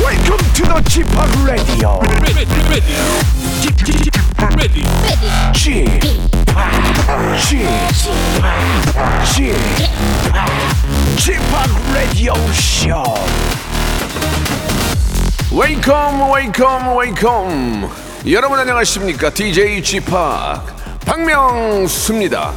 Welcome to the g p o p Radio. ready, ready, ready, ready. g p o p G p o p Radio Show. 웨이컴 웨이컴 웨이컴 여러분 안녕하십니까 DJ g p o p 박명수입니다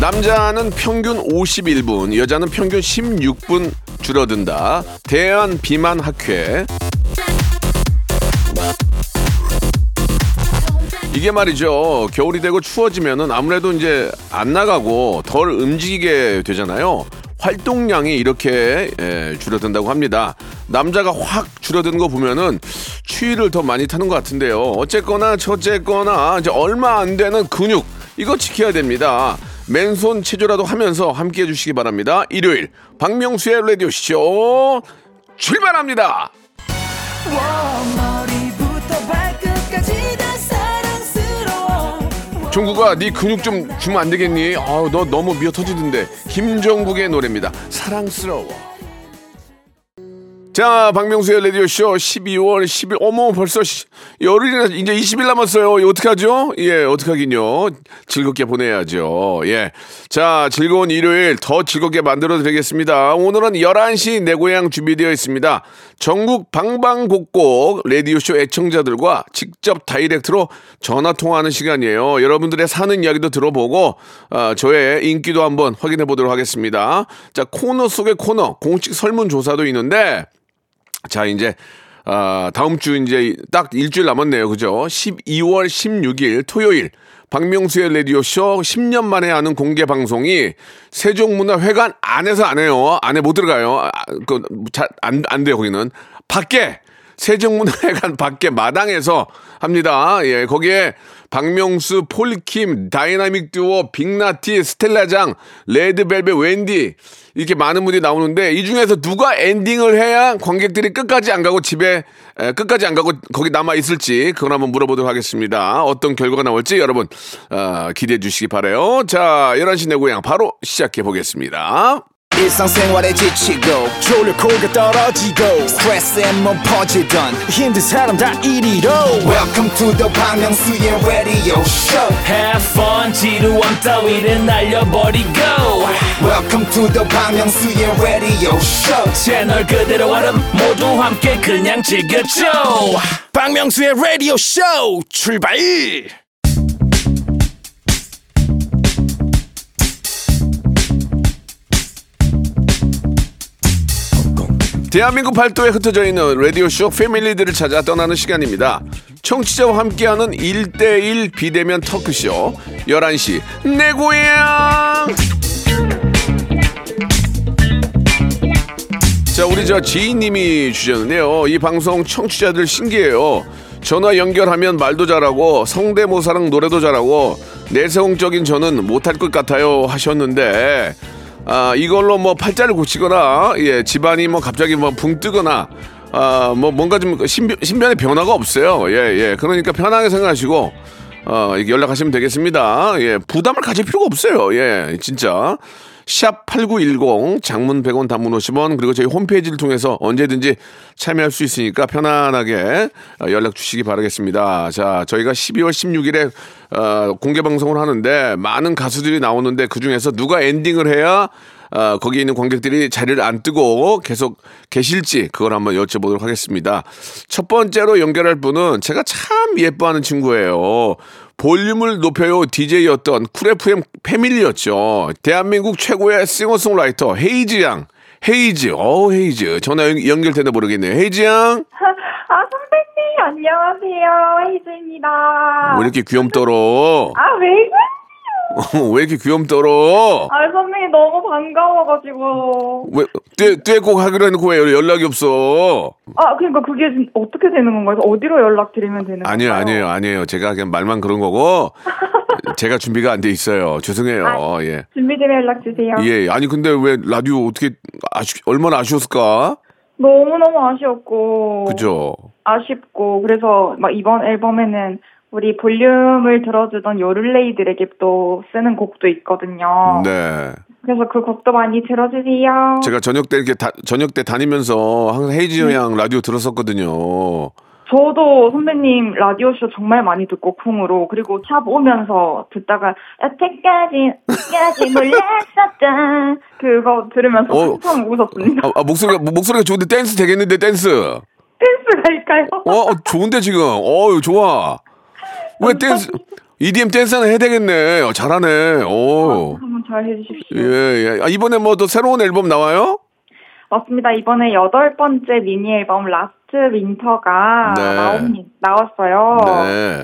남자는 평균 51분 여자는 평균 16분 줄어든다 대한 비만 학회 이게 말이죠. 겨울이 되고 추워지면은 아무래도 이제 안 나가고 덜 움직이게 되잖아요. 활동량이 이렇게 예, 줄어든다고 합니다. 남자가 확 줄어든 거 보면은 추위를 더 많이 타는 것 같은데요. 어쨌거나 저쨌거나 이제 얼마 안 되는 근육 이거 지켜야 됩니다. 맨손 체조라도 하면서 함께 해주시기 바랍니다. 일요일 박명수의 라디오 쇼 출발합니다. 머리부터 발끝까지 다 사랑스러워 종국아 네 근육 좀 주면 안 되겠니? 아우 너 너무 미어 터지던데 김종국의 노래입니다 사랑스러워 자 박명수의 라디오쇼 12월 10일 어머 벌써 시- 열흘이나 이제 20일 남았어요 이거 어떡하죠? 예 어떡하긴요 즐겁게 보내야죠 예자 즐거운 일요일 더 즐겁게 만들어 드리겠습니다 오늘은 11시 내 고향 준비되어 있습니다 전국 방방곡곡 라디오쇼 애청자들과 직접 다이렉트로 전화 통화하는 시간이에요. 여러분들의 사는 이야기도 들어보고 아, 저의 인기도 한번 확인해 보도록 하겠습니다. 자 코너 속의 코너 공식 설문 조사도 있는데 자 이제 아, 다음 주 이제 딱 일주일 남았네요. 그죠? 12월 16일 토요일 박명수의 라디오쇼 10년 만에 하는 공개 방송이 세종문화회관 안에서 안 해요. 안에 못 들어가요. 아, 그, 자, 안, 안 돼요, 거기는. 밖에! 세종문화회관 밖에 마당에서 합니다. 예, 거기에 박명수, 폴킴, 다이나믹 듀오, 빅나티, 스텔라장, 레드벨벳, 웬디 이렇게 많은 분이 나오는데 이 중에서 누가 엔딩을 해야 관객들이 끝까지 안 가고 집에 에, 끝까지 안 가고 거기 남아 있을지 그걸 한번 물어보도록 하겠습니다. 어떤 결과가 나올지 여러분 어, 기대해 주시기 바래요. 자, 11시 내 고향 바로 시작해 보겠습니다. 일상생활에 지치고, 졸려 코가 떨어지고 스트레스에 몸 퍼지던, 힘든 사람 다 이리로. welcome to the Bang Myung-soo's radio show Have fun 지루함 따위를 날려버리고 welcome to the Bang Myung-soo's radio show 채널 그대로 얼음 모두 함께 그냥 즐겨줘 박명수의 라디오 쇼 출발. 대한민국 팔도에 흩어져 있는 라디오쇼 패밀리들을 찾아 떠나는 시간입니다. 청취자와 함께하는 1대1 비대면 터크쇼 11시 내 고향 자 우리 저 지인님이 주셨는데요. 이 방송 청취자들 신기해요. 전화 연결하면 말도 잘하고 성대모사랑 노래도 잘하고 내성적인 저는 못할 것 같아요 하셨는데 아 이걸로 뭐 팔자를 고치거나 예 집안이 뭐 갑자기 뭐 붕 뜨거나 아 뭐 뭔가 좀 신변, 신변의 변화가 없어요. 예 예. 그러니까 편하게 생각하시고 어, 이렇게 연락하시면 되겠습니다. 예, 부담을 가질 필요가 없어요. 예, 진짜. 샵8910 장문 100원 단문 50원 그리고 저희 홈페이지를 통해서 언제든지 참여할 수 있으니까 편안하게 어, 연락 주시기 바라겠습니다. 자, 저희가 12월 16일에 어, 공개 방송을 하는데 많은 가수들이 나오는데 그 중에서 누가 엔딩을 해야 아, 거기 있는 관객들이 자리를 안 뜨고 계속 계실지 그걸 한번 여쭤보도록 하겠습니다. 첫 번째로 연결할 분은 제가 참 예뻐하는 친구예요. 볼륨을 높여요 DJ였던 쿨FM 패밀리였죠. 대한민국 최고의 싱어송라이터 헤이즈 양. 헤이즈, 어우 헤이즈. 전화 연- 연결되나 모르겠네요. 헤이즈 양. 아, 선배님, 안녕하세요. 헤이즈입니다. 왜 이렇게 귀염떨어? 아, 왜 이래? 왜 이렇게 귀염떨어? 아, 선배님, 너무 반가워가지고. 왜, 떼, 떼꼭 하기로 해놓고 왜 연락이 없어? 아, 그러니까 그게 지금 어떻게 되는 건가요? 어디로 연락드리면 되는 건가요? 아니에요, 아니에요, 아니에요. 제가 그냥 말만 그런 거고 제가 준비가 안 돼 있어요. 죄송해요. 예. 준비되면 연락주세요. 예, 아니 근데 왜 라디오 어떻게 아쉬 얼마나 아쉬웠을까? 너무너무 아쉬웠고. 그죠? 아쉽고. 그래서 막 이번 앨범에는 우리 볼륨을 들어주던 요를레이들에게 또 쓰는 곡도 있거든요. 네. 그래서 그 곡도 많이 들어주세요. 제가 저녁 때 이렇게 다, 저녁 때 다니면서 항상 헤이지 양 라디오 들었었거든요. 저도 선배님 라디오쇼 정말 많이 듣고 콩으로 그리고 샵 오면서 듣다가 여태까지 여태까지 몰랐었던 그거 들으면서 어. 엄청 웃었습니다. 아, 아, 목소리가 목- 목소리가 좋은데 댄스 되겠는데 댄스. 댄스 갈까요? 어, 어, 좋은데 지금. 어, 좋아. 왜 댄스 EDM 댄스 하나 해야 되겠네. 어, 잘하네. 오. 한번 잘 해주십시오. 어. 예, 예. 아, 이번에 뭐 또 새로운 앨범 나와요? 맞습니다. 이번에 여덟 번째 미니 앨범 라스트 윈터가 네. 나옵니, 나왔어요. 네.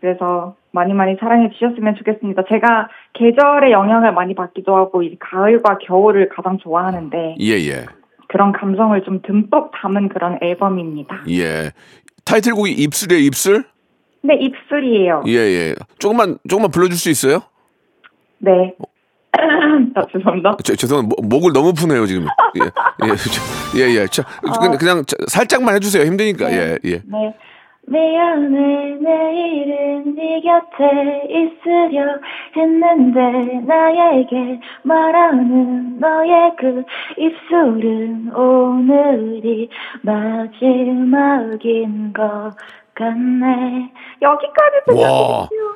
그래서 많이 많이 사랑해 주셨으면 좋겠습니다. 제가 계절의 영향을 많이 받기도 하고 이 가을과 겨울을 가장 좋아하는데 예, 예. 그런 감성을 좀 듬뿍 담은 그런 앨범입니다. 예. 타이틀곡이 입술이에요, 입술? 네, 입술이에요. 예, 예. 조금만 조금만 불러 줄수 있어요? 네. 아, 죄송합니다. 저, 죄송합니다. 목- 목을 너무 푸네요, 지금. 예. 예. 저- 예, 예. 저, 그냥, 그냥 저- 살짝만 해 주세요. 힘드니까. 예, 예. 어. 네. 미안해 내일은 네 곁에 있으려 했는데 나에게 말하는 너의 그 입술은 오늘이 마지막인 것 같네 여기까지 와. 들려주세요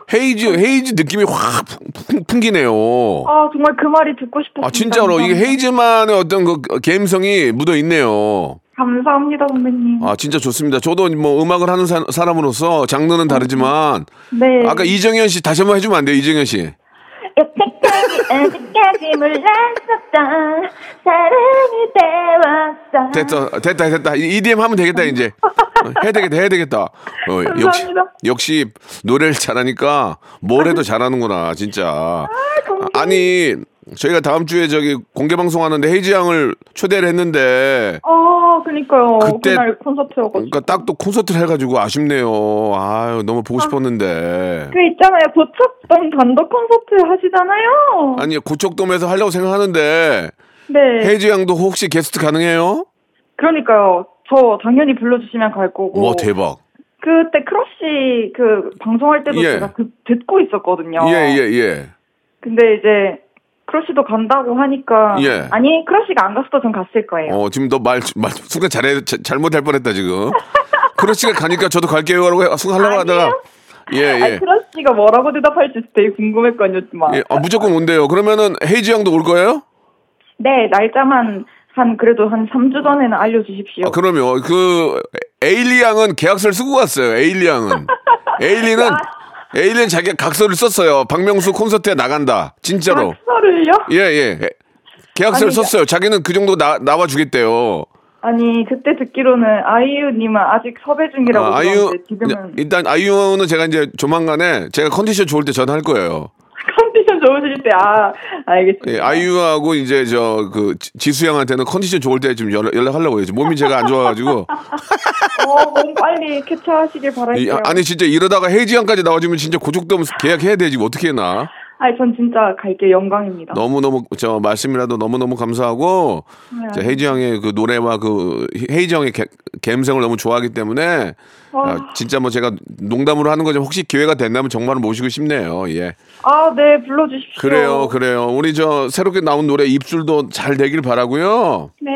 헤이즈 헤이즈 느낌이 확 풍- 풍기네요. 아 정말 그 말이 듣고 싶었어요 아 진짜로 이게 헤이즈만의 어떤 그 감성이 묻어 있네요. 감사합니다 선배님 아 진짜 좋습니다. 저도 뭐 음악을 하는 사, 람으로서 장르는 다르지만 네 아까 그 이정현 씨 다시 한번 해주면 안 돼요, 이정현 씨. 여태까지 아직까지 몰랐었던 사랑이 되었어. 됐다, 됐다, 됐다. 이- EDM 하면 되겠다 이제. 어, 해야 되겠다, 해야 되겠다. 어, 역시 감사합니다. 역시 노래를 잘하니까 뭘 해도 잘하는구나 진짜. 아니 저희가 다음 주에 저기 공개 방송하는데 헤이즈 양을 초대를 했는데 아, 그니까요. 그때- 그날 콘서트여가지고. 그러니까 딱 또 콘서트를 해가지고 아쉽네요. 아유 너무 보고 싶었는데. 그 있잖아요. 도착동 단독 콘서트 하시잖아요. 아니 고척돔에서 하려고 생각하는데 네. 헤이즈 양도 혹시 게스트 가능해요? 그러니까요. 저 당연히 불러주시면 갈 거고. 와 대박. 그때 크러쉬 그 방송할 때도 예. 제가 그, 듣고 있었거든요. 예예 예, 예. 근데 이제 크러쉬도 간다고 하니까. 예. 아니, 크러쉬가 안 갔어도 전 갔을 거예요. 어 지금 너 말 순간 잘해 자- 잘못할 뻔했다 지금. 크러쉬가 가니까 저도 갈게요 라고 해- 순간 하려고 하다가 아, 예예. 크러쉬가 뭐라고 대답할지 되게 궁금했거든요. 예, 아, 무조건 온대요. 그러면은 헤이즈 양도 올 거예요? 네, 날짜만 한 그래도 한 3주 전에는 알려주십시오. 아, 그럼요. 그 에일리 양은 계약서를 쓰고 갔어요. 에일리 양은 에일리는 아. 에일리는 자기가 각서를 썼어요. 박명수 콘서트에 나간다. 아, 진짜로. 박서를요? 예, 예. 예. 계약서를 아니, 썼어요. 자기는 그 정도 나, 나와주겠대요. 아니 그때 듣기로는 아이유님은 아직 섭외 중이라고 아, 아이유, 들었는데 지금은 일단 아이유는 제가 이제 조만간에 제가 컨디션 좋을 때 전화할 거예요. 컨디션 좋으실 때 아 알겠습니다. 예, 아이유하고 이제 저 그 지수 양한테는 컨디션 좋을 때 좀 연락, 연락하려고 해요. 지금 몸이 제가 안 좋아가지고. 어, 몸 빨리 쾌차하시길 이- 바랄게요. 아, 아니, 진짜 이러다가 헤이지 양까지 나와주면 진짜 고족돔 계약해야 되지. 어떻게 해나. 아니, 전 진짜 갈게 요 영광입니다. 너무너무 저 말씀이라도 너무너무 감사하고 저 헤이지 양의 그 노래와 그 헤이지 양의 개- 감성을 너무 좋아하기 때문에 아, 진짜 뭐 제가 농담으로 하는 거지만 혹시 기회가 된다면 정말 모시고 싶네요. 예. 아 네 불러주십시오. 그래요. 그래요. 우리 저 새롭게 나온 노래 입술도 잘 되길 바라고요. 네.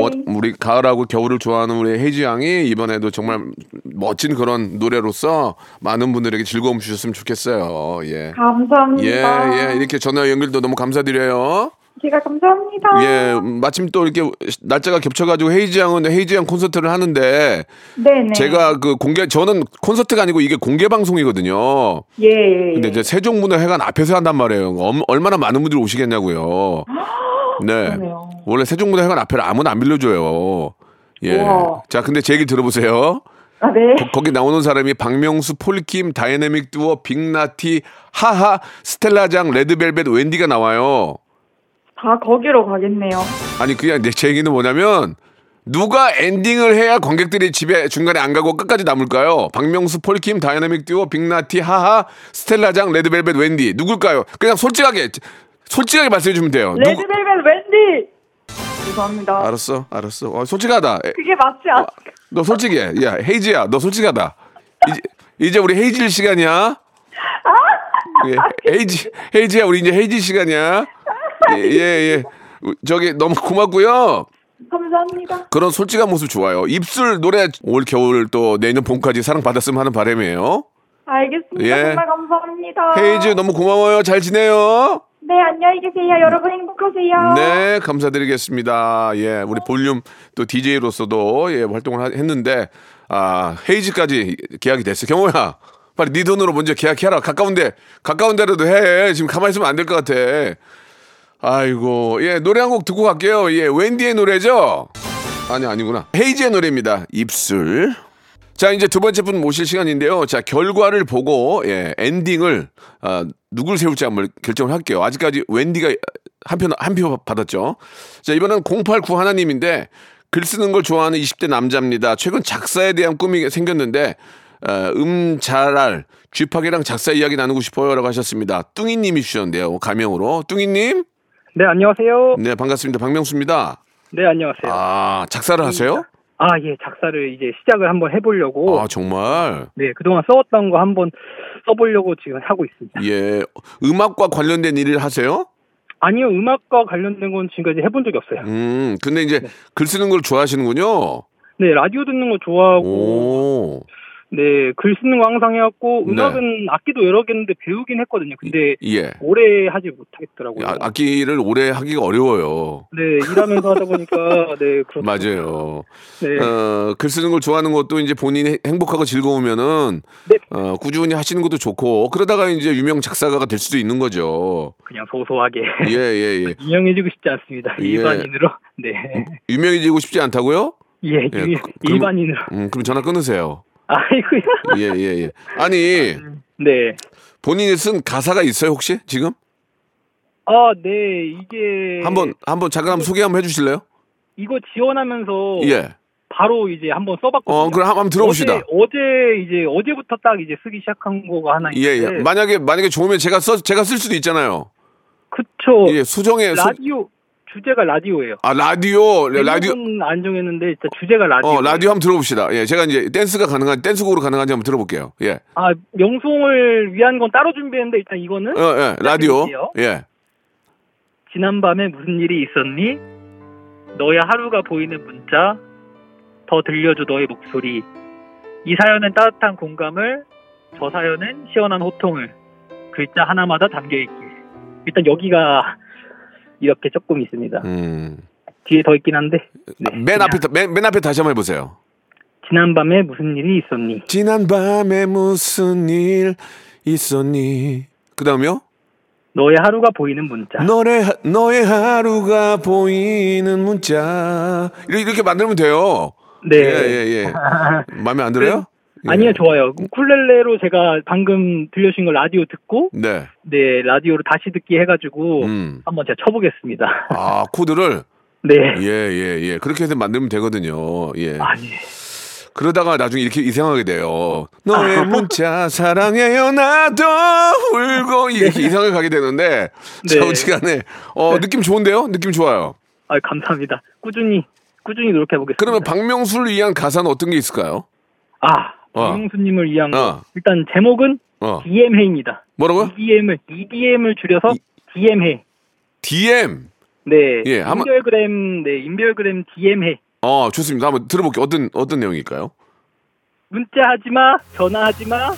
워- 뭐, 우리 가을하고 겨울을 좋아하는 우리 헤이지 양이 이번에도 정말 멋진 그런 노래로서 많은 분들에게 즐거움 주셨으면 좋겠어요. 예. 예, 감사합니다. 예. 이렇게 전화 연결도 너무 감사드려요. 제가 감사합니다. 예, 마침 또 이렇게 날짜가 겹쳐가지고 헤이지양은 헤이지양 콘서트를 하는데 네네. 제가 그 공개 저는 콘서트가 아니고 이게 공개 방송이거든요. 예. 예. 근데 이제 세종문화회관 앞에서 한단 말이에요. 엄- 얼마나 많은 분들이 오시겠냐고요. 네, 그러네요. 원래 세종문화회관 앞에를 아무나 안 빌려줘요. 예. 우와. 자, 근데 제 얘기 들어보세요. 아 네. 거기 나오는 사람이 박명수, 폴킴, 다이내믹 듀오, 빅나티, 하하, 스텔라장, 레드벨벳, 웬디가 나와요. 다 거기로 가겠네요. 아니 그냥 내 제 얘기는 뭐냐면 누가 엔딩을 해야 관객들이 집에 중간에 안 가고 끝까지 남을까요? 박명수, 폴킴, 다이나믹 듀오, 빅나티, 하하, 스텔라장, 레드벨벳, 웬디 누굴까요? 그냥 솔직하게 솔직하게 말씀해 주면 돼요. 누구- 레드벨벳 웬디. 죄송합니다. 알았어, 알았어. 어, 솔직하다. 에, 그게 맞지 않? 너 솔직해. 야 헤이즈야, 너 솔직하다. 이제, 이제 우리 헤이질 시간이야. 아! 예, 헤이지, 헤이지야, 우리 이제 헤이지 시간이야. 예, 예, 예. 저기 너무 고맙고요. 감사합니다. 그런 솔직한 모습 좋아요. 입술 노래 올 겨울 또 내년 봄까지 사랑받았으면 하는 바람이에요. 알겠습니다. 예. 정말 감사합니다. 헤이즈 너무 고마워요. 잘 지내요. 네, 안녕히 계세요. 여러분 행복하세요. 네, 감사드리겠습니다. 예, 우리 볼륨 또 DJ로서도 예, 활동을 하- 했는데 아, 헤이즈까지 계약이 됐어. 경호야. 빨리 네 돈으로 먼저 계약해라. 가까운데 가까운 데라도 해. 지금 가만히 있으면 안 될 것 같아. 아이고. 예, 노래 한 곡 듣고 갈게요. 예, 웬디의 노래죠? 아니, 아니구나. 헤이즈의 노래입니다. 입술. 자 이제 두 번째 분 모실 시간인데요. 자 결과를 보고 예 엔딩을 아, 누굴 세울지 한번 결정을 할게요. 아직까지 웬디가 한표한표 받았죠. 자 이번은 089 하나님인데 글 쓰는 걸 좋아하는 20대 남자입니다. 최근 작사에 대한 꿈이 생겼는데 아, 음잘알 쥐팍이랑 작사 이야기 나누고 싶어요라고 하셨습니다. 뚱이님이 주셨는데요. 가명으로 뚱이님. 네, 안녕하세요. 네 반갑습니다. 박명수입니다. 네, 안녕하세요. 아, 아 작사를 하세요? 예, 작사를 이제 시작을 한번 해보려고. 아 정말. 네, 그동안 써왔던 거 한번 써보려고 지금 하고 있습니다. 예 음악과 관련된 일을 하세요? 아니요, 음악과 관련된 건 지금까지 해본 적이 없어요. 음, 근데 이제 글 쓰는 걸 좋아하시는군요. 네, 라디오 듣는 거 좋아하고, 오, 네, 글 쓰는 거 항상 해왔고, 네. 음악은 악기도 여러 개인데 배우긴 했거든요. 근데 예. 오래 하지 못하겠더라고요. 아, 악기를 오래 하기가 어려워요. 네, 일하면서 하다 보니까, 네, 그렇죠. 맞아요. 네, 어, 글 쓰는 걸 좋아하는 것도 이제 본인이 행복하고 즐거우면은 네. 어, 꾸준히 하시는 것도 좋고 그러다가 이제 유명 작사가가 될 수도 있는 거죠. 그냥 소소하게. 예, 예, 예. 유명해지고 싶지 않습니다. 예. 일반인으로. 네. 유명해지고 싶지 않다고요? 예, 유- 그- 그러면- 일반인으로. 음, 그럼 전화 끊으세요. 아이고야. 예, 예, 예. 아니, 네. 본인이 쓴 가사가 있어요, 혹시? 지금? 아, 네. 이게 한번 한번 잠깐 한번 소개 한번 해 주실래요? 이거 지원하면서 예. 바로 이제 한번 써봤거든요. 어, 그럼 한번 들어봅시다. 어제, 어제 이제 어제부터 딱 이제 쓰기 시작한 거가 하나 예, 예. 있는데 만약에 만약에 좋으면 제가 써 제가 쓸 수도 있잖아요. 그쵸. 예, 수정의 수- 어. 라디오 주제가 라디오예요. 아 라디오 라- 라디오 제목은 안 정했는데 진짜 주제가 라디오. 어 라디오 한번 들어봅시다. 예, 제가 이제 댄스가 가능한 댄스곡으로 가능한지 한번 들어볼게요. 예, 아 명송을 위한 건 따로 준비했는데 일단 이거는 어, 예, 라디오 들어볼게요. 네. 예, 지난밤에 무슨 일이 있었니? 너의 하루가 보이는 문자 더 들려줘 너의 목소리 이 사연은 따뜻한 공감을 저 사연은 시원한 호통을 글자 하나마다 담겨있기 일단 여기가 이렇게 조금 있습니다 음, 뒤에 더 있긴 한데 네, 맨 그냥 앞에 다- 맨, 맨 앞에 다시 한번 해보세요. 지난밤에 무슨 일이 있었니? 지난 밤에 무슨 일 있었니? 그다음요? 너의 하루가 보이는 문자 너의 하- 너의 하루가 보이는 문자 이렇게, 이렇게 만들면 돼요. 네 예, 예, 예. 마음에 안 들어요? 예. 아니요 좋아요 쿨렐레로 제가 방금 들려주신 거 라디오 듣고 네. 네 라디오로 다시 듣기 해가지고 음. 한번 제가 쳐보겠습니다. 아 코드를 네. 예, 예, 예. 그렇게 해서 만들면 되거든요. 예. 아니, 그러다가 나중에 이렇게 이상하게 돼요. 아. 너의 문자 사랑해요 나도 울고 이렇게 이상하게 가게 되는데 네. 자우지간에 어 느낌 좋은데요? 느낌 좋아요. 아 감사합니다. 꾸준히 꾸준히 노력해 보겠습니다. 그러면 박명수를 위한 가사는 어떤 게 있을까요? 아, 어. 박명수님을 위한 거. 어. 일단 제목은 어 DM회입니다. 뭐라고요? EDM을 EDM을 줄여서 DM회. DM 네. 예, 아마- 인별그램 네 인별그램 DM회. 어 좋습니다. 한번 들어볼게요. 어떤 어떤 내용일까요? 문자하지 마, 전화하지 마.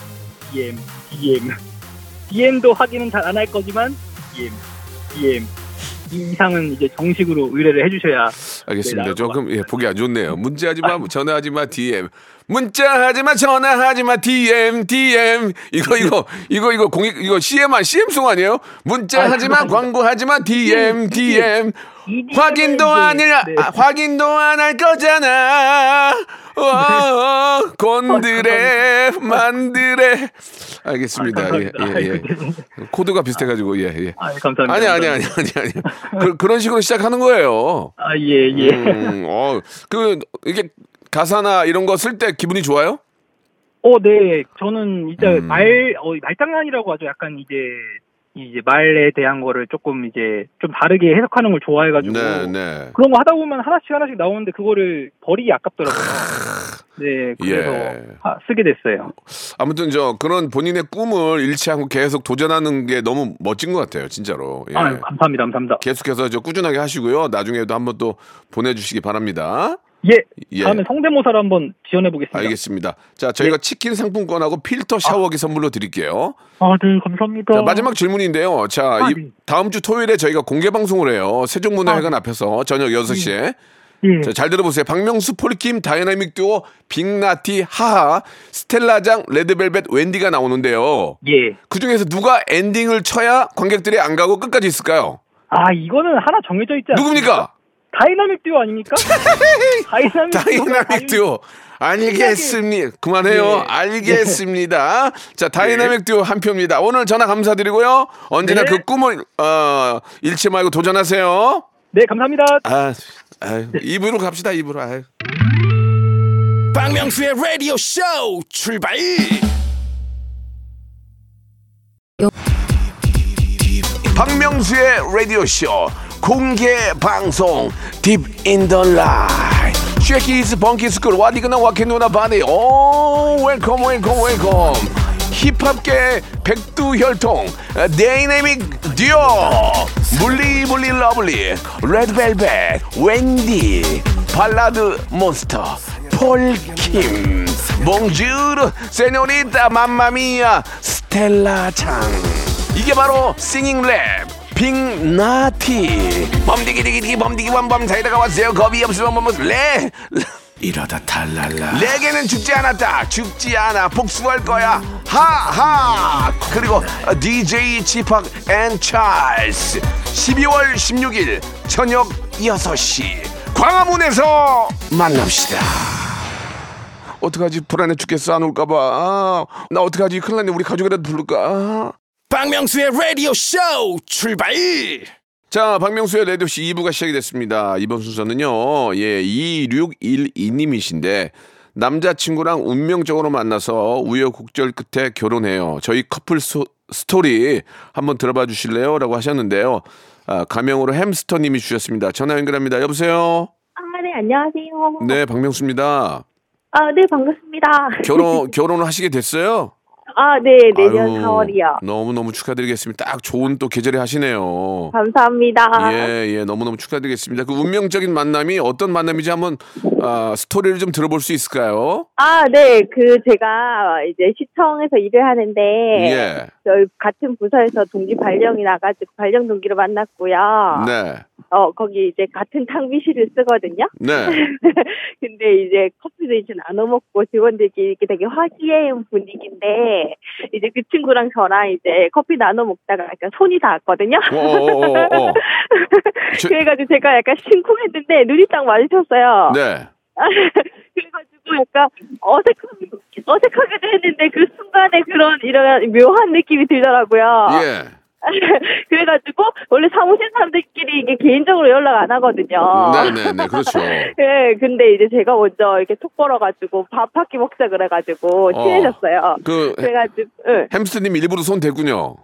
DM, DM. DM도 확인은 잘 안 할 거지만 DM, DM. 이 이상은 이제 정식으로 의뢰를 해주셔야 알겠습니다. 네, 음. 나올 조금 예, 보기 안 좋네요. 문자하지 마, 전화하지 마, DM. 문자하지 마, 전화하지 마, DM, DM. 이거 이거 이거 이거 공익 이거 CM 아 CM 송 아니에요? 문자하지 아, 마, 죄송합니다. 광고하지 마, DM, DM. EDM 을 확인도 이제, 아닐 네. 아, 확인도 안 할 거잖아. 어, 곤드레 만드레. 알겠습니다. 예, 감사합니다. 예, 예. 코드가 비슷해가지고 예, 예. 아, 감사합니다. 아니 아니 아니 아니 아니. 그, 그런 식으로 시작하는 거예요. 아, 예, 예. 음, 어, 그 이게 가사나 이런 거 쓸 때 기분이 좋아요? 어, 네. 저는 이제 음. 말, 어, 말장난이라고 하죠. 약간 이제 이제 말에 대한 거를 조금 이제 좀 다르게 해석하는 걸 좋아해가지고 네, 네. 그런 거 하다 보면 하나씩 하나씩 나오는데 그거를 버리기 아깝더라고요. 네, 그래서 예. 하- 쓰게 됐어요. 아무튼 저 그런 본인의 꿈을 잃지 않고 계속 도전하는 게 너무 멋진 것 같아요, 진짜로. 예. 아, 감사합니다, 감사합니다. 계속해서 저 꾸준하게 하시고요. 나중에도 한번 또 보내주시기 바랍니다. 예, 예. 다음에 성대모사를 한번 지원해 보겠습니다. 네. 알겠습니다. 자, 저희가 치킨 상품권하고 필터 샤워기 선물로 드릴게요. 아, 네, 감사합니다. 자, 마지막 질문인데요. 자, 아, 이- 네. 아, 다음 주 토요일에 저희가 공개 방송을 해요. 세종문화회관 앞에서 저녁 6시에. 예. 자, 잘 들어보세요. 박명수, 폴킴, 다이나믹 듀오, 빅나티, 하하, 스텔라장, 레드벨벳, 웬디가 나오는데요. 예. 그 중에서 누가 엔딩을 쳐야 관객들이 안 가고 끝까지 있을까요? 아, 이거는 하나 정해져 있지 않습니까? 누굽니까? 다이나믹 듀오 아닙니까? 다이나믹, 다이나믹 듀오. 알겠습니다. 그만해요. 네. 알겠습니다. 자, 다이나믹 듀오 한 표입니다. 오늘 전화 감사드리고요. 언제나 네. 그 꿈을 어, 잃지 말고 도전하세요. 네, 감사합니다. 아, 아유, 네. 입으로 갑시다. 입으로. 아유. 박명수의 라디오 쇼 출발 박명수의 라디오 쇼 공개 방송 딥 인더 라이 쉐키즈 벙키스쿨 와디그나 와케누나 바디 오 웰컴 웰컴 웰컴 힙합계 백두혈통 데이내믹 듀오 물리물리 러블리 레드벨벳 웬디 발라드 몬스터 폴킴 몽주르 세뇨리타 맘마미아 스텔라 창 이게 바로 싱잉랩 빅나티 범디기디기디 범디기범범 사이다가 왔어요 겁이 없으면 범레 이러다 탈랄라 레게는 죽지 않았다 죽지 않아 복수할 거야 하하 그리고 DJ 지팍 앤 찰스 12월 16일 저녁 6시 광화문에서 만납시다 어떡하지 불안해 죽겠어 안 올까봐 아, 나 어떡하지 큰일 났네 우리 가족이라도 부를까 아. 박명수의 라디오 쇼 출발 자, 박명수의 레디오씨 2부가 시작이 됐습니다. 이번 순서는요, 예, 2612님이신데, 남자친구랑 운명적으로 만나서 우여곡절 끝에 결혼해요. 저희 커플 소- 스토리 한번 들어봐 주실래요? 라고 하셨는데요. 아, 가명으로 햄스터님이 주셨습니다. 전화 연결합니다. 여보세요? 아, 네, 안녕하세요. 네, 박명수입니다. 아, 네, 반갑습니다. 결혼, 결혼을 하시게 됐어요? 아, 네, 내년 아유, 4월이요. 너무너무 축하드리겠습니다. 딱 좋은 또 계절에 하시네요. 감사합니다. 예, 예, 너무너무 축하드리겠습니다. 그 운명적인 만남이 어떤 만남인지 한번 아, 스토리를 좀 들어볼 수 있을까요? 아, 네, 그, 제가 이제 시청에서 일을 하는데, 예. 저희 같은 부서에서 동기 발령이 나가지고 발령 동기로 만났고요. 네. 어, 거기 이제 같은 탕비실을 쓰거든요. 네. 근데 이제 커피도 이제 나눠 먹고 직원들끼리 이렇게 되게 화기애애한 분위기인데, 이제 그 친구랑 저랑 이제 커피 나눠 먹다가 약간 손이 닿았거든요. 어, 어, 어, 어, 어. 제- 그래가지고 제가 약간 심쿵했는데 눈이 딱 마주쳤어요. 네. 그래가지고 약간 어색하게, 어색하기도 했는데 그 순간에 그런 이런 묘한 느낌이 들더라고요. 예. 그래가지고 원래 사무실 사람들끼리 이게 개인적으로 연락 안 하거든요. 네, 네, 네. 그렇죠. 예, 근데 이제 제가 먼저 이렇게 톡 벌어가지고 밥 한 끼 먹자 그래가지고 어. 친해졌어요. 그 햄- 그래가지고, 예. 햄스터님 일부러 손 대군요.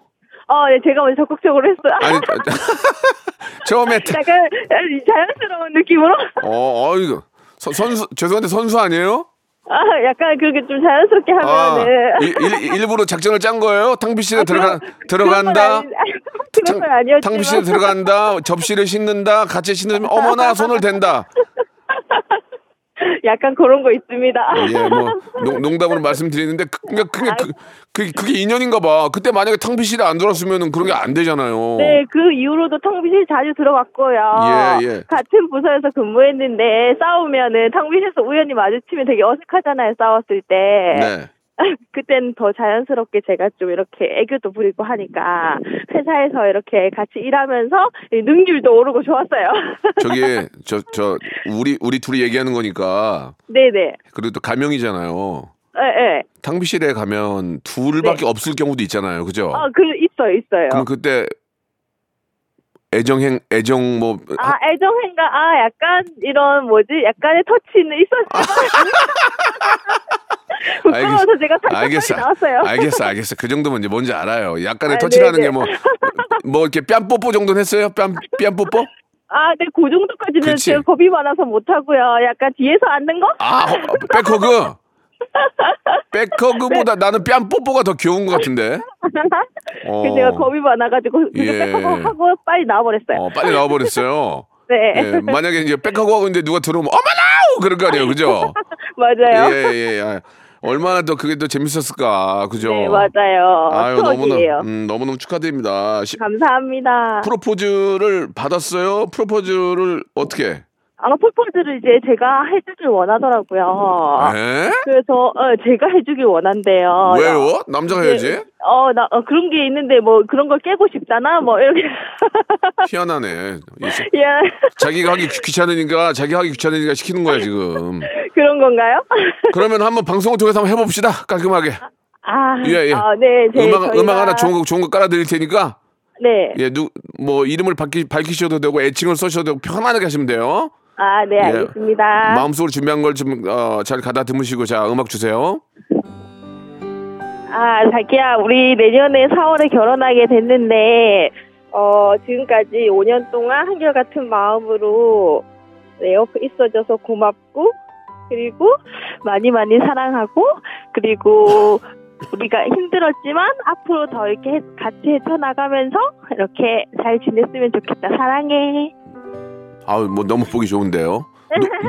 어, 네, 제가 먼저 적극적으로 했어요. 아니 그- 처음에 태- 약간 예, 자연스러운 느낌으로? 어, 어이구. 선- 선수 죄송한데 선수 아니에요? 아, 약간 그렇게 좀 자연스럽게 아, 하면은. 일, 일, 일부러 작전을 짠 거예요? 아, 탕비실에 들어가 들어간다. 그런 건 아니- 그런 건 아니었지만 탕비실에 들어간다. 접시를 씻는다. 같이 씻는 어머나 손을 댄다. 약간 그런 거 있습니다. 예, 뭐 농, 농담으로 말씀드리는데 그, 그러니까 그게 그, 그게, 그게 인연인가 봐. 그때 만약에 탕비실에 안 들었으면 그런 게 안 되잖아요. 네, 그 이후로도 탕비실 자주 들어갔고요. 어. 예, 예. 같은 부서에서 근무했는데 싸우면은 탕비실에서 우연히 마주치면 되게 어색하잖아요, 싸웠을 때. 네. 그때는 더 자연스럽게 제가 좀 이렇게 애교도 부리고 하니까 회사에서 이렇게 같이 일하면서 이 능률도 오르고 좋았어요. 저기 저 저 우리 우리 둘이 얘기하는 거니까 네네. 그리고 또 가명이잖아요. 예, 예. 탕비실에 가면 둘밖에 없을 경우도 있잖아요. 그죠? 어, 네. 그, 있어요, 있어요. 그럼 그때 애정행 애정 뭐 아, 애정행가, 아, 약간, 이런, 뭐지, 약간의 터치는 있었지만. 부끄러워서 제가 살짝 아, 알겠어. 빨리 나왔어요. 알겠어, 알겠어. 그 정도면 이제 뭔지 알아요. 약간의 아, 터치라는 네네. 게 뭐, 뭐 이렇게 뺨 뽀뽀 정도는 했어요? 뺨, 뺨 뽀뽀? 아, 네, 그 정도까지는 그치. 제가 겁이 많아서 못하고요. 약간 뒤에서 앉는 거? 아, 허- 백허그. 백허그보다 네. 나는 뺨 뽀뽀가 더 귀여운 것 같은데. 어. 그 제가 겁이 많아가지고 그게 예. 백허그 하고 빨리 나와버렸어요. 어, 빨리 나와버렸어요. 네, 예, 만약에 이제 백허그 하고 있는데 누가 들어오면 어머나! 그럴 거 아니에요, 그죠? 맞아요. 예, 예, 예. 얼마나 더 그게 더 재밌었을까, 그죠? 네, 맞아요. 어. 아유, 너무나, 추억이에요. 음, 너무너무 축하드립니다. 시- 감사합니다. 프로포즈를 받았어요? 프로포즈를 어떻게? 아, 프로포즈를 이제 제가 해주길 원하더라고요. 에? 그래서 어, 제가 해주길 원한대요. 네. 왜요? 남자가 해야지? 네, 어, 나 어, 그런 게 있는데 뭐 그런 걸 깨고 싶잖아. 뭐 이렇게. 희한하네. 이 자- 예, 자기가 하기 귀- 귀찮으니까, 자기 하기 귀찮으니까 시키는 거야, 지금. 그런 건가요? 그러면 한번 방송을 통해서 한번 해봅시다. 깔끔하게. 아, 예, 예. 아, 네, 제, 음악, 저희가- 음악 하나 좋은 거, 좋은 거 깔아드릴 테니까. 네. 예, 누, 뭐, 이름을 밝히, 밝히셔도 되고, 애칭을 써셔도 되고, 편안하게 하시면 돼요. 아, 네, 알겠습니다. 예. 마음속으로 준비한 걸 좀, 어, 잘 가다듬으시고, 자, 음악 주세요. 아, 자기야, 우리 내년에 4월에 결혼하게 됐는데, 어, 지금까지 5년 동안 한결같은 마음으로 내 옆에 있어줘서 고맙고, 그리고 많이 많이 사랑하고, 그리고 우리가 힘들었지만 앞으로 더 이렇게 해- 같이 헤쳐나가면서 이렇게 잘 지냈으면 좋겠다. 사랑해. 아우, 뭐, 너무 보기 좋은데요.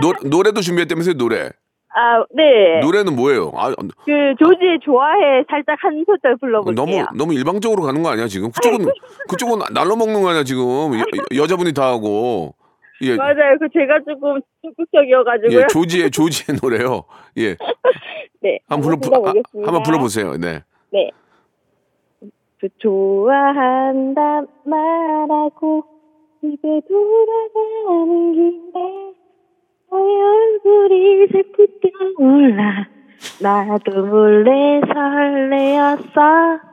노, 노, 노래도 준비했다면서요, 노래. 아, 네. 노래는 뭐예요? 아, 그 조지의 좋아해 살짝 한 소절 불러볼게요. 뭐 너무 너무 일방적으로 가는 거 아니야 지금? 그쪽은 그쪽은 날로 먹는 거 아니야 지금? 여, 자분이다 하고 예, 그 맞아요. 그 제가 조금 적극적이어가지고요. 예 조지의 조지의 노래요. 예, 네. 한번 불러 아, 불러보겠습니다. 한번 불러보세요. 네. 네. 그 좋아한다 말하고 집에 돌아가는 길에 너의 얼굴이 자꾸 떠올라 나도 몰래 설레었어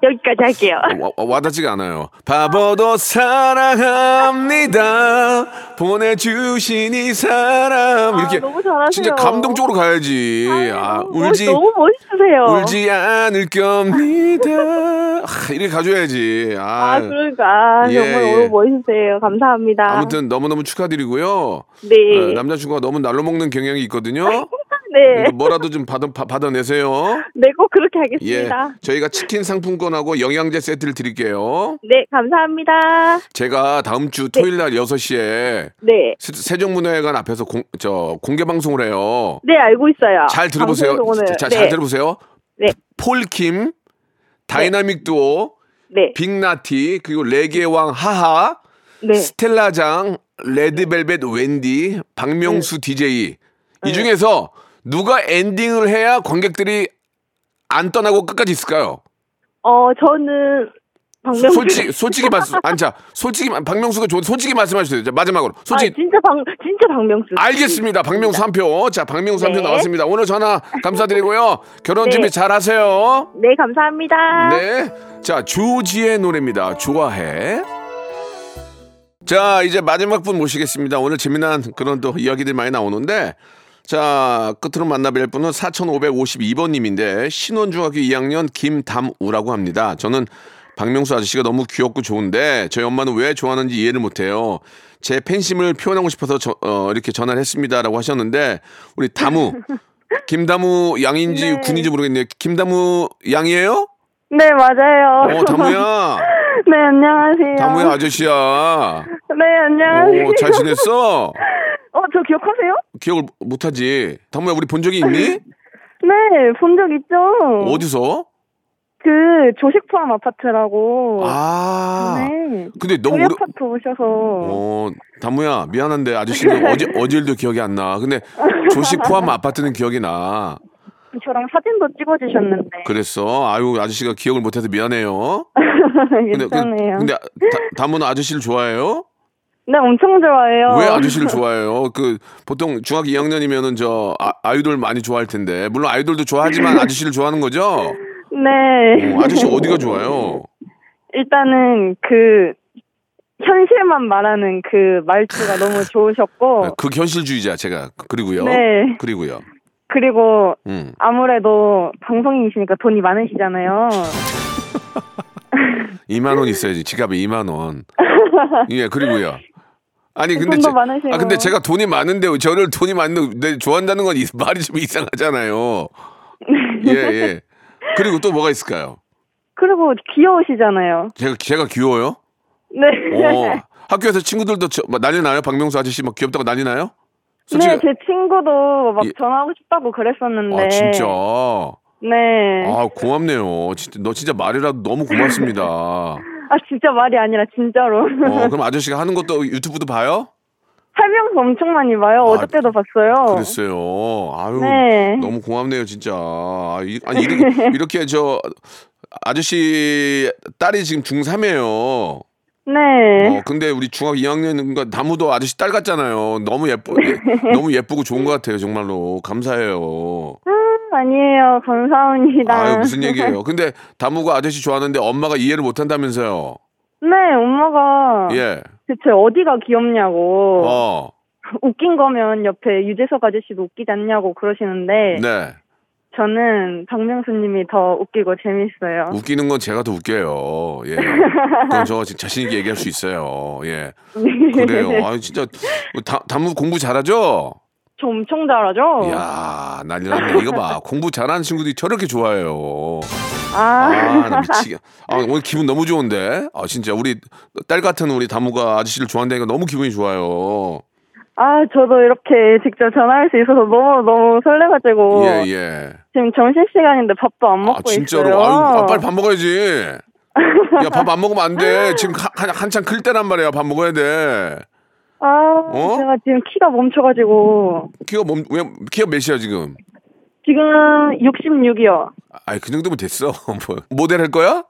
여기까지 할게요. 와, 와, 닿지가 않아요. 바보도 사랑합니다. 보내주신 이 사람 아, 이렇게 너무 잘하세요. 진짜 감동적으로 가야지. 아, 너무 멋- 울지 너무 멋있으세요. 울지 않을 겁니다. 아, 이렇게 가줘야지. 아, 아 그러니까 아, 예, 정말 예. 너무 멋있으세요. 감사합니다. 아무튼 너무너무 축하드리고요. 네. 어, 남자친구가 너무 날로 먹는 경향이 있거든요. 네. 그러니까 뭐라도 좀 받아, 바- 받아내세요. 네, 꼭 그렇게 예. 하겠습니다. 저희가 치킨 상품권하고 영양제 세트를 드릴게요. 네, 감사합니다. 제가 다음 주 토요일 날 6시에 네. 세종문화회관 앞에서 공, 저, 공개 방송을 해요. 네, 알고 있어요. 잘 들어보세요. 방송 오늘. 자, 네. 잘 들어보세요. 네. 폴킴, 다이나믹 두오, 네. 빅나티, 그리고 레게왕 하하, 네. 스텔라장, 레드벨벳 웬디, 박명수 DJ 이 중에서 누가 엔딩을 해야 관객들이 안 떠나고 끝까지 있을까요? 어, 저는 박명수. 아, 솔직히 솔직히 말씀 안자 솔직히 말- 박명수가 좋은 솔직히 말씀하셔도 돼요. 마지막으로 솔직히 아, 진짜 방 진짜 박명수. 알겠습니다. 박명수 한 표. 자, 박명수 한 표 아, 네. 나왔습니다. 오늘 전화 감사드리고요. 결혼 준비 네. 잘 하세요. 네, 감사합니다. 네. 자, 조지의 노래입니다. 좋아해. 자, 이제 마지막 분 모시겠습니다. 오늘 재미난 그런 또 이야기들이 많이 나오는데, 자, 끝으로 만나뵐 분은 4552번님인데, 신원중학교 2학년 김담우라고 합니다. 저는 박명수 아저씨가 너무 귀엽고 좋은데, 저희 엄마는 왜 좋아하는지 이해를 못해요. 제 팬심을 표현하고 싶어서 저- 어, 이렇게 전화를 했습니다라고 하셨는데, 우리 담우, 김담우 양인지 군인지 모르겠네요. 김담우 양이에요? 네, 맞아요. 어, 다무야. 네, 안녕하세요. 다무야 아저씨야. 네, 안녕하세요. 오, 잘 지냈어? 어, 저 기억하세요? 기억을 못하지. 다무야, 우리 본 적이 있니? 네, 본 적 있죠. 어디서? 그 조식 포함 아파트라고. 아. 어. 네. 근데 너무 우리 오래. 아파트 오셔서. 어, 다무야, 미안한데 네. 아저씨는 어제, 어제 일도 기억이 안 나. 근데 조식 포함 아파트는 기억이 나. 네. 저랑 사진도 찍어주셨는데. 그랬어. 아유, 아저씨가 기억을 못해서 미안해요. 그- 근데, 괜찮아요. 근데 다- 다무는 아저씨를 좋아해요? 네, 엄청 좋아해요. 왜 아저씨를 좋아해요? 그 보통 중학교 2학년이면은 저 아, 아이돌 많이 좋아할 텐데 물론 아이돌도 좋아하지만 아저씨를 좋아하는 거죠? 음. 네. 어, 아저씨 어디가 좋아요? 일단은 그 현실만 말하는 그 말투가 너무 좋으셨고 아, 그 현실주의자 네, 제가 그리고요. 네. 그리고요. 그리고 음. 아무래도 방송인이시니까 돈이 많으시잖아요. 2만 원 있어야지. 지갑에 2만 원. 예, 그리고요. 아니 근데 돈도 제- 많으세요. 아 근데 제가 돈이 많은데 저를 돈이 많은데 내 좋아한다는 건 이- 말이 좀 이상하잖아요. 예, 예. 그리고 또 뭐가 있을까요? 그리고 귀여우시잖아요. 제가 제가 귀여워요? 어. 네. 학교에서 친구들도 저, 막 난리 나요? 박명수 아저씨 막 귀엽다고 난리 나요? 네, 제 친구도 막 예. 전화하고 싶다고 그랬었는데. 아, 진짜. 네. 아, 아, 고맙네요. 진짜 너 진짜 말이라도 너무 고맙습니다. 어, 진짜 말이 아니라 진짜로. 그럼 아저씨가 하는 것도 유튜브도 봐요? 설명서 엄청 많이 봐요. 어저께도 봤어요. 아, 그랬어요. 아유, 네. 너무 고맙네요, 진짜. 아, 이, 아니, 이렇게, 이렇게 저 아저씨 딸이 지금 중3이에요. 어, 네. 근데 우리 중학 2학년인가 나무도 아저씨 딸 같잖아요. 너무 예쁘, 예, 너무 예쁘고 좋은 것 같아요, 정말로. 감사해요. 아니에요. 감사합니다. 아유, 무슨 얘기예요. 근데 다무가 아저씨 좋아하는데 엄마가 이해를 못 한다면서요. 네, 엄마가 예. 대체 어디가 귀엽냐고. 어. 웃긴 거면 옆에 유재석 아저씨도 웃기지 않냐고 그러시는데 네. 저는 박명수님이 더 웃기고 재밌어요. 웃기는 건 제가 더 웃겨요. 예. 그건 저 지- 자신 있게 얘기할 수 있어요. 예. 네. 그래요. 아 진짜 다, 다무 공부 잘하죠? 저 엄청 잘하죠? 이야 난리 났네. 이거 봐. 공부 잘하는 친구들이 저렇게 좋아해요. 아, 아, 나 미치게. 아, 오늘 기분 너무 좋은데. 아, 진짜 우리 딸 같은 우리 다무가 아저씨를 좋아한다니까 너무 기분이 좋아요. 아, 저도 이렇게 직접 전화할 수 있어서 너무 너무 설레가지고 예, 예. 지금 점심 시간인데 밥도 안 먹고 아, 진짜로. 있어요. 아유, 아, 빨리 밥 먹어야지. 야, 밥 안 먹으면 안 돼. 지금 한, 한참 클 때란 말이야. 밥 먹어야 돼. 아, 어? 제가 지금 키가 멈춰가지고 키가 몸, 왜, 키가 몇이야, 지금? 지금 66이요. 아이, 그 정도면 됐어. 뭐, 모델 할 거야?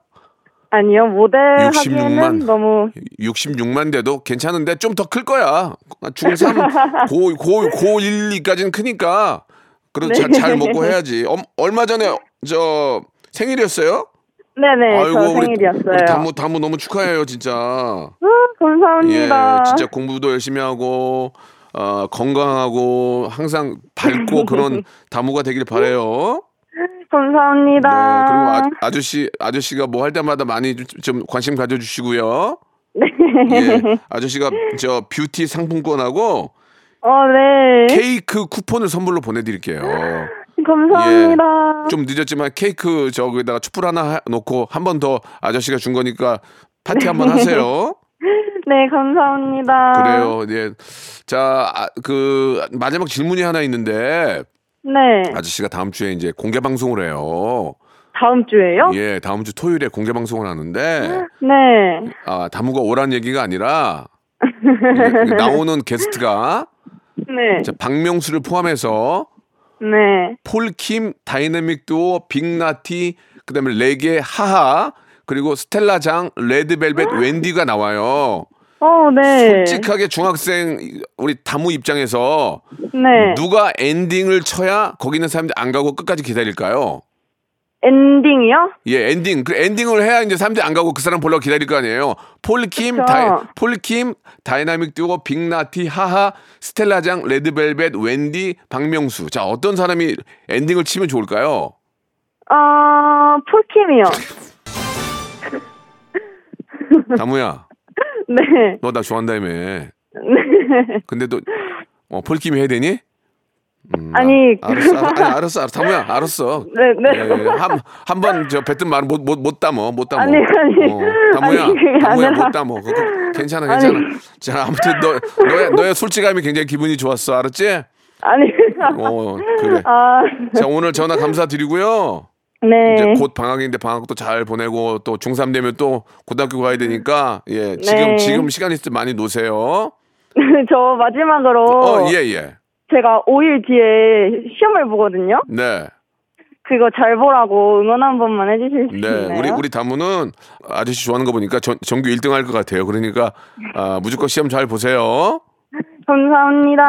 아니요, 모델 66만. 하기에는 너무 66만 돼도 괜찮은데 좀 더 클 거야. 아, 중3, 고, 고, 고 1, 2까지는 크니까. 그래도 자- 잘 네. 먹고 해야지. 엄- 얼마 전에, 저, 생일이었어요? 네네 저 우리- 생일이었어요. 우리 다무, 다무 너무 축하해요, 진짜. 아, 감사합니다. 예, 진짜 공부도 열심히 하고 어, 건강하고 항상 밝고 그런 다무가 되길 바래요. 네, 그리고 감사합니다. 아, 아저씨 아저씨가 뭐 할 때마다 많이 좀, 좀 관심 가져주시고요. 네. 예, 아저씨가 저 뷰티 상품권하고 아, 어, 네. 케이크 쿠폰을 선물로 보내드릴게요. 감사합니다. 예, 좀 늦었지만 케이크 저기다가 촛불 하나 하- 놓고 한 번 더 아저씨가 준 거니까 파티 한 번 하세요. 네, 감사합니다. 그래요. 예. 자, 아, 그 마지막 질문이 하나 있는데 네. 아저씨가 다음 주에 이제 공개 방송을 해요. 다음 주에요? 예, 다음 주 토요일에 공개 방송을 하는데 네. 아, 다무가 오란 얘기가 아니라 예, 나오는 게스트가 네. 자, 박명수를 포함해서 네. 폴킴 다이내믹 듀오 빅나티 그다음에 레게 하하 그리고 스텔라 장 레드벨벳 웬디가 나와요. 어, 네. 솔직하게 중학생 우리 다무 입장에서 네. 누가 엔딩을 쳐야 거기 있는 사람들이 안 가고 끝까지 기다릴까요? 엔딩이요? 예, 엔딩. 그 엔딩을 해야 이제 사람들이 안 가고 그 사람 보려고 기다릴 거 아니에요. 폴킴, 그쵸. 다이, 폴킴, 다이나믹 듀오, 빅나티, 하하, 스텔라장, 레드벨벳, 웬디, 박명수. 자, 어떤 사람이 엔딩을 치면 좋을까요? 어, 폴킴이요. 다무야, 네. 너 나 좋아한다며. 근데 또, 어, 폴킴이 해야 되니? 음, 아, 아니, 알았어, 알았어, 아니, 알았어, 알았어. 다무야, 알았어. 예, 네, 네. 한한번저 뱉은 말은 못못못 담어 못 담어. 아니, 아니. 어, 다모야 아니, 그게 다모야 아니라. 못 담어. 그거 괜찮아 괜찮아. 자 아무튼 너 너의 너의 솔직함이 굉장히 기분이 좋았어 알았지? 아니. 어 그래. 아, 자 오늘 전화 감사드리고요. 이제 네. 곧 방학인데 방학도 잘 보내고 또 중3 되면 또 고등학교 가야 되니까 예 지금 네. 지금 시간 있을 때 많이 노세요. 저 마지막으로 어예 예. 제가 5일 뒤에 시험을 보거든요. 네. 그거 잘 보라고 응원 한 번만 해주실 수 네, 있나요? 우리 우리 다무는 아저씨 좋아하는 거 보니까 전, 전교 1등 할 것 같아요. 그러니까 아, 무조건 시험 잘 보세요. 감사합니다.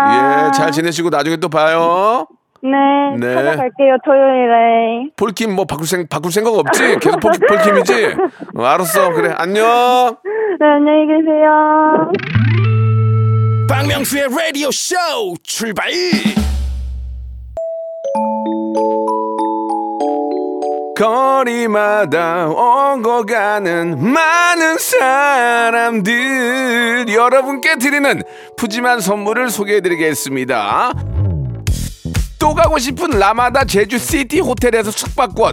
예, 잘 지내시고 나중에 또 봐요. 네, 네. 찾아갈게요 토요일에. 폴킴 뭐 바꿀 생 바꿀 생각 없지? 계속 폴, 폴킴이지? 어, 알았어, 그래, 안녕. 네, 안녕히 계세요. 박명수의 라디오 쇼 출발 거리마다 오고 가는 많은 사람들 여러분께 드리는 푸짐한 선물을 소개해드리겠습니다. 또 가고 싶은 라마다 제주 시티 호텔에서 숙박권,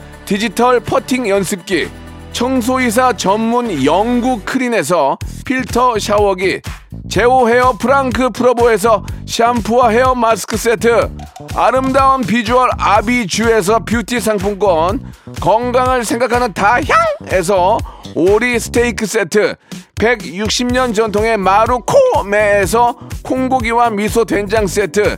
디지털 퍼팅 연습기, 청소이사 전문 영구 크린에서 필터 샤워기, 제오 헤어 프랑크 프로보에서 샴푸와 헤어 마스크 세트, 아름다운 비주얼 아비주에서 뷰티 상품권, 건강을 생각하는 다향에서 오리 스테이크 세트, 160년 전통의 마루코메에서 콩고기와 미소 된장 세트,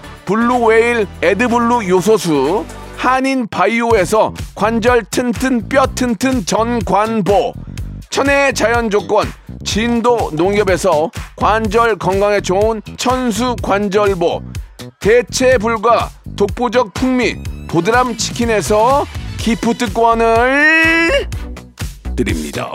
블루웨일 에드블루 요소수 한인 바이오에서 관절 튼튼 뼈 튼튼 전관보 천혜의 자연 조건 진도 농협에서 관절 건강에 좋은 천수 관절보 대체 불과 독보적 풍미 보드람 치킨에서 기프트권을 드립니다.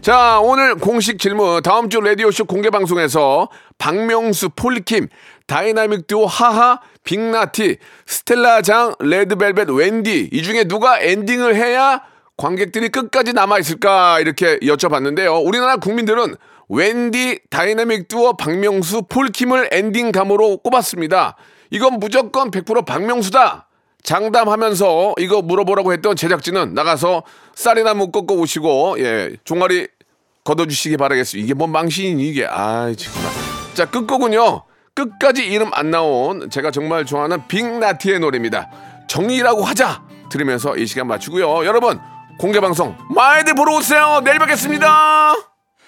자, 오늘 공식 질문. 다음 주 라디오쇼 공개 방송에서 박명수, 폴킴, 다이나믹 듀오 하하, 빅나티, 스텔라장, 레드벨벳, wendy 이 중에 누가 엔딩을 해야 관객들이 끝까지 남아있을까? 이렇게 여쭤봤는데요. 우리나라 국민들은 wendy 다이나믹 듀오, 박명수, 폴킴을 엔딩감으로 꼽았습니다. 이건 무조건 100% 박명수다! 장담하면서 이거 물어보라고 했던 제작진은 나가서 쌀이나 무 꺾어 오시고 예 종아리 걷어주시기 바라겠습니다. 이게 뭔 망신이니 이게 아이 정말 자 끝곡은요 끝까지 이름 안 나온 제가 정말 좋아하는 빅나티의 노래입니다. 정의라고 하자 들으면서 이 시간 마치고요 여러분 공개 방송 많이들 보러 오세요 내일 뵙겠습니다.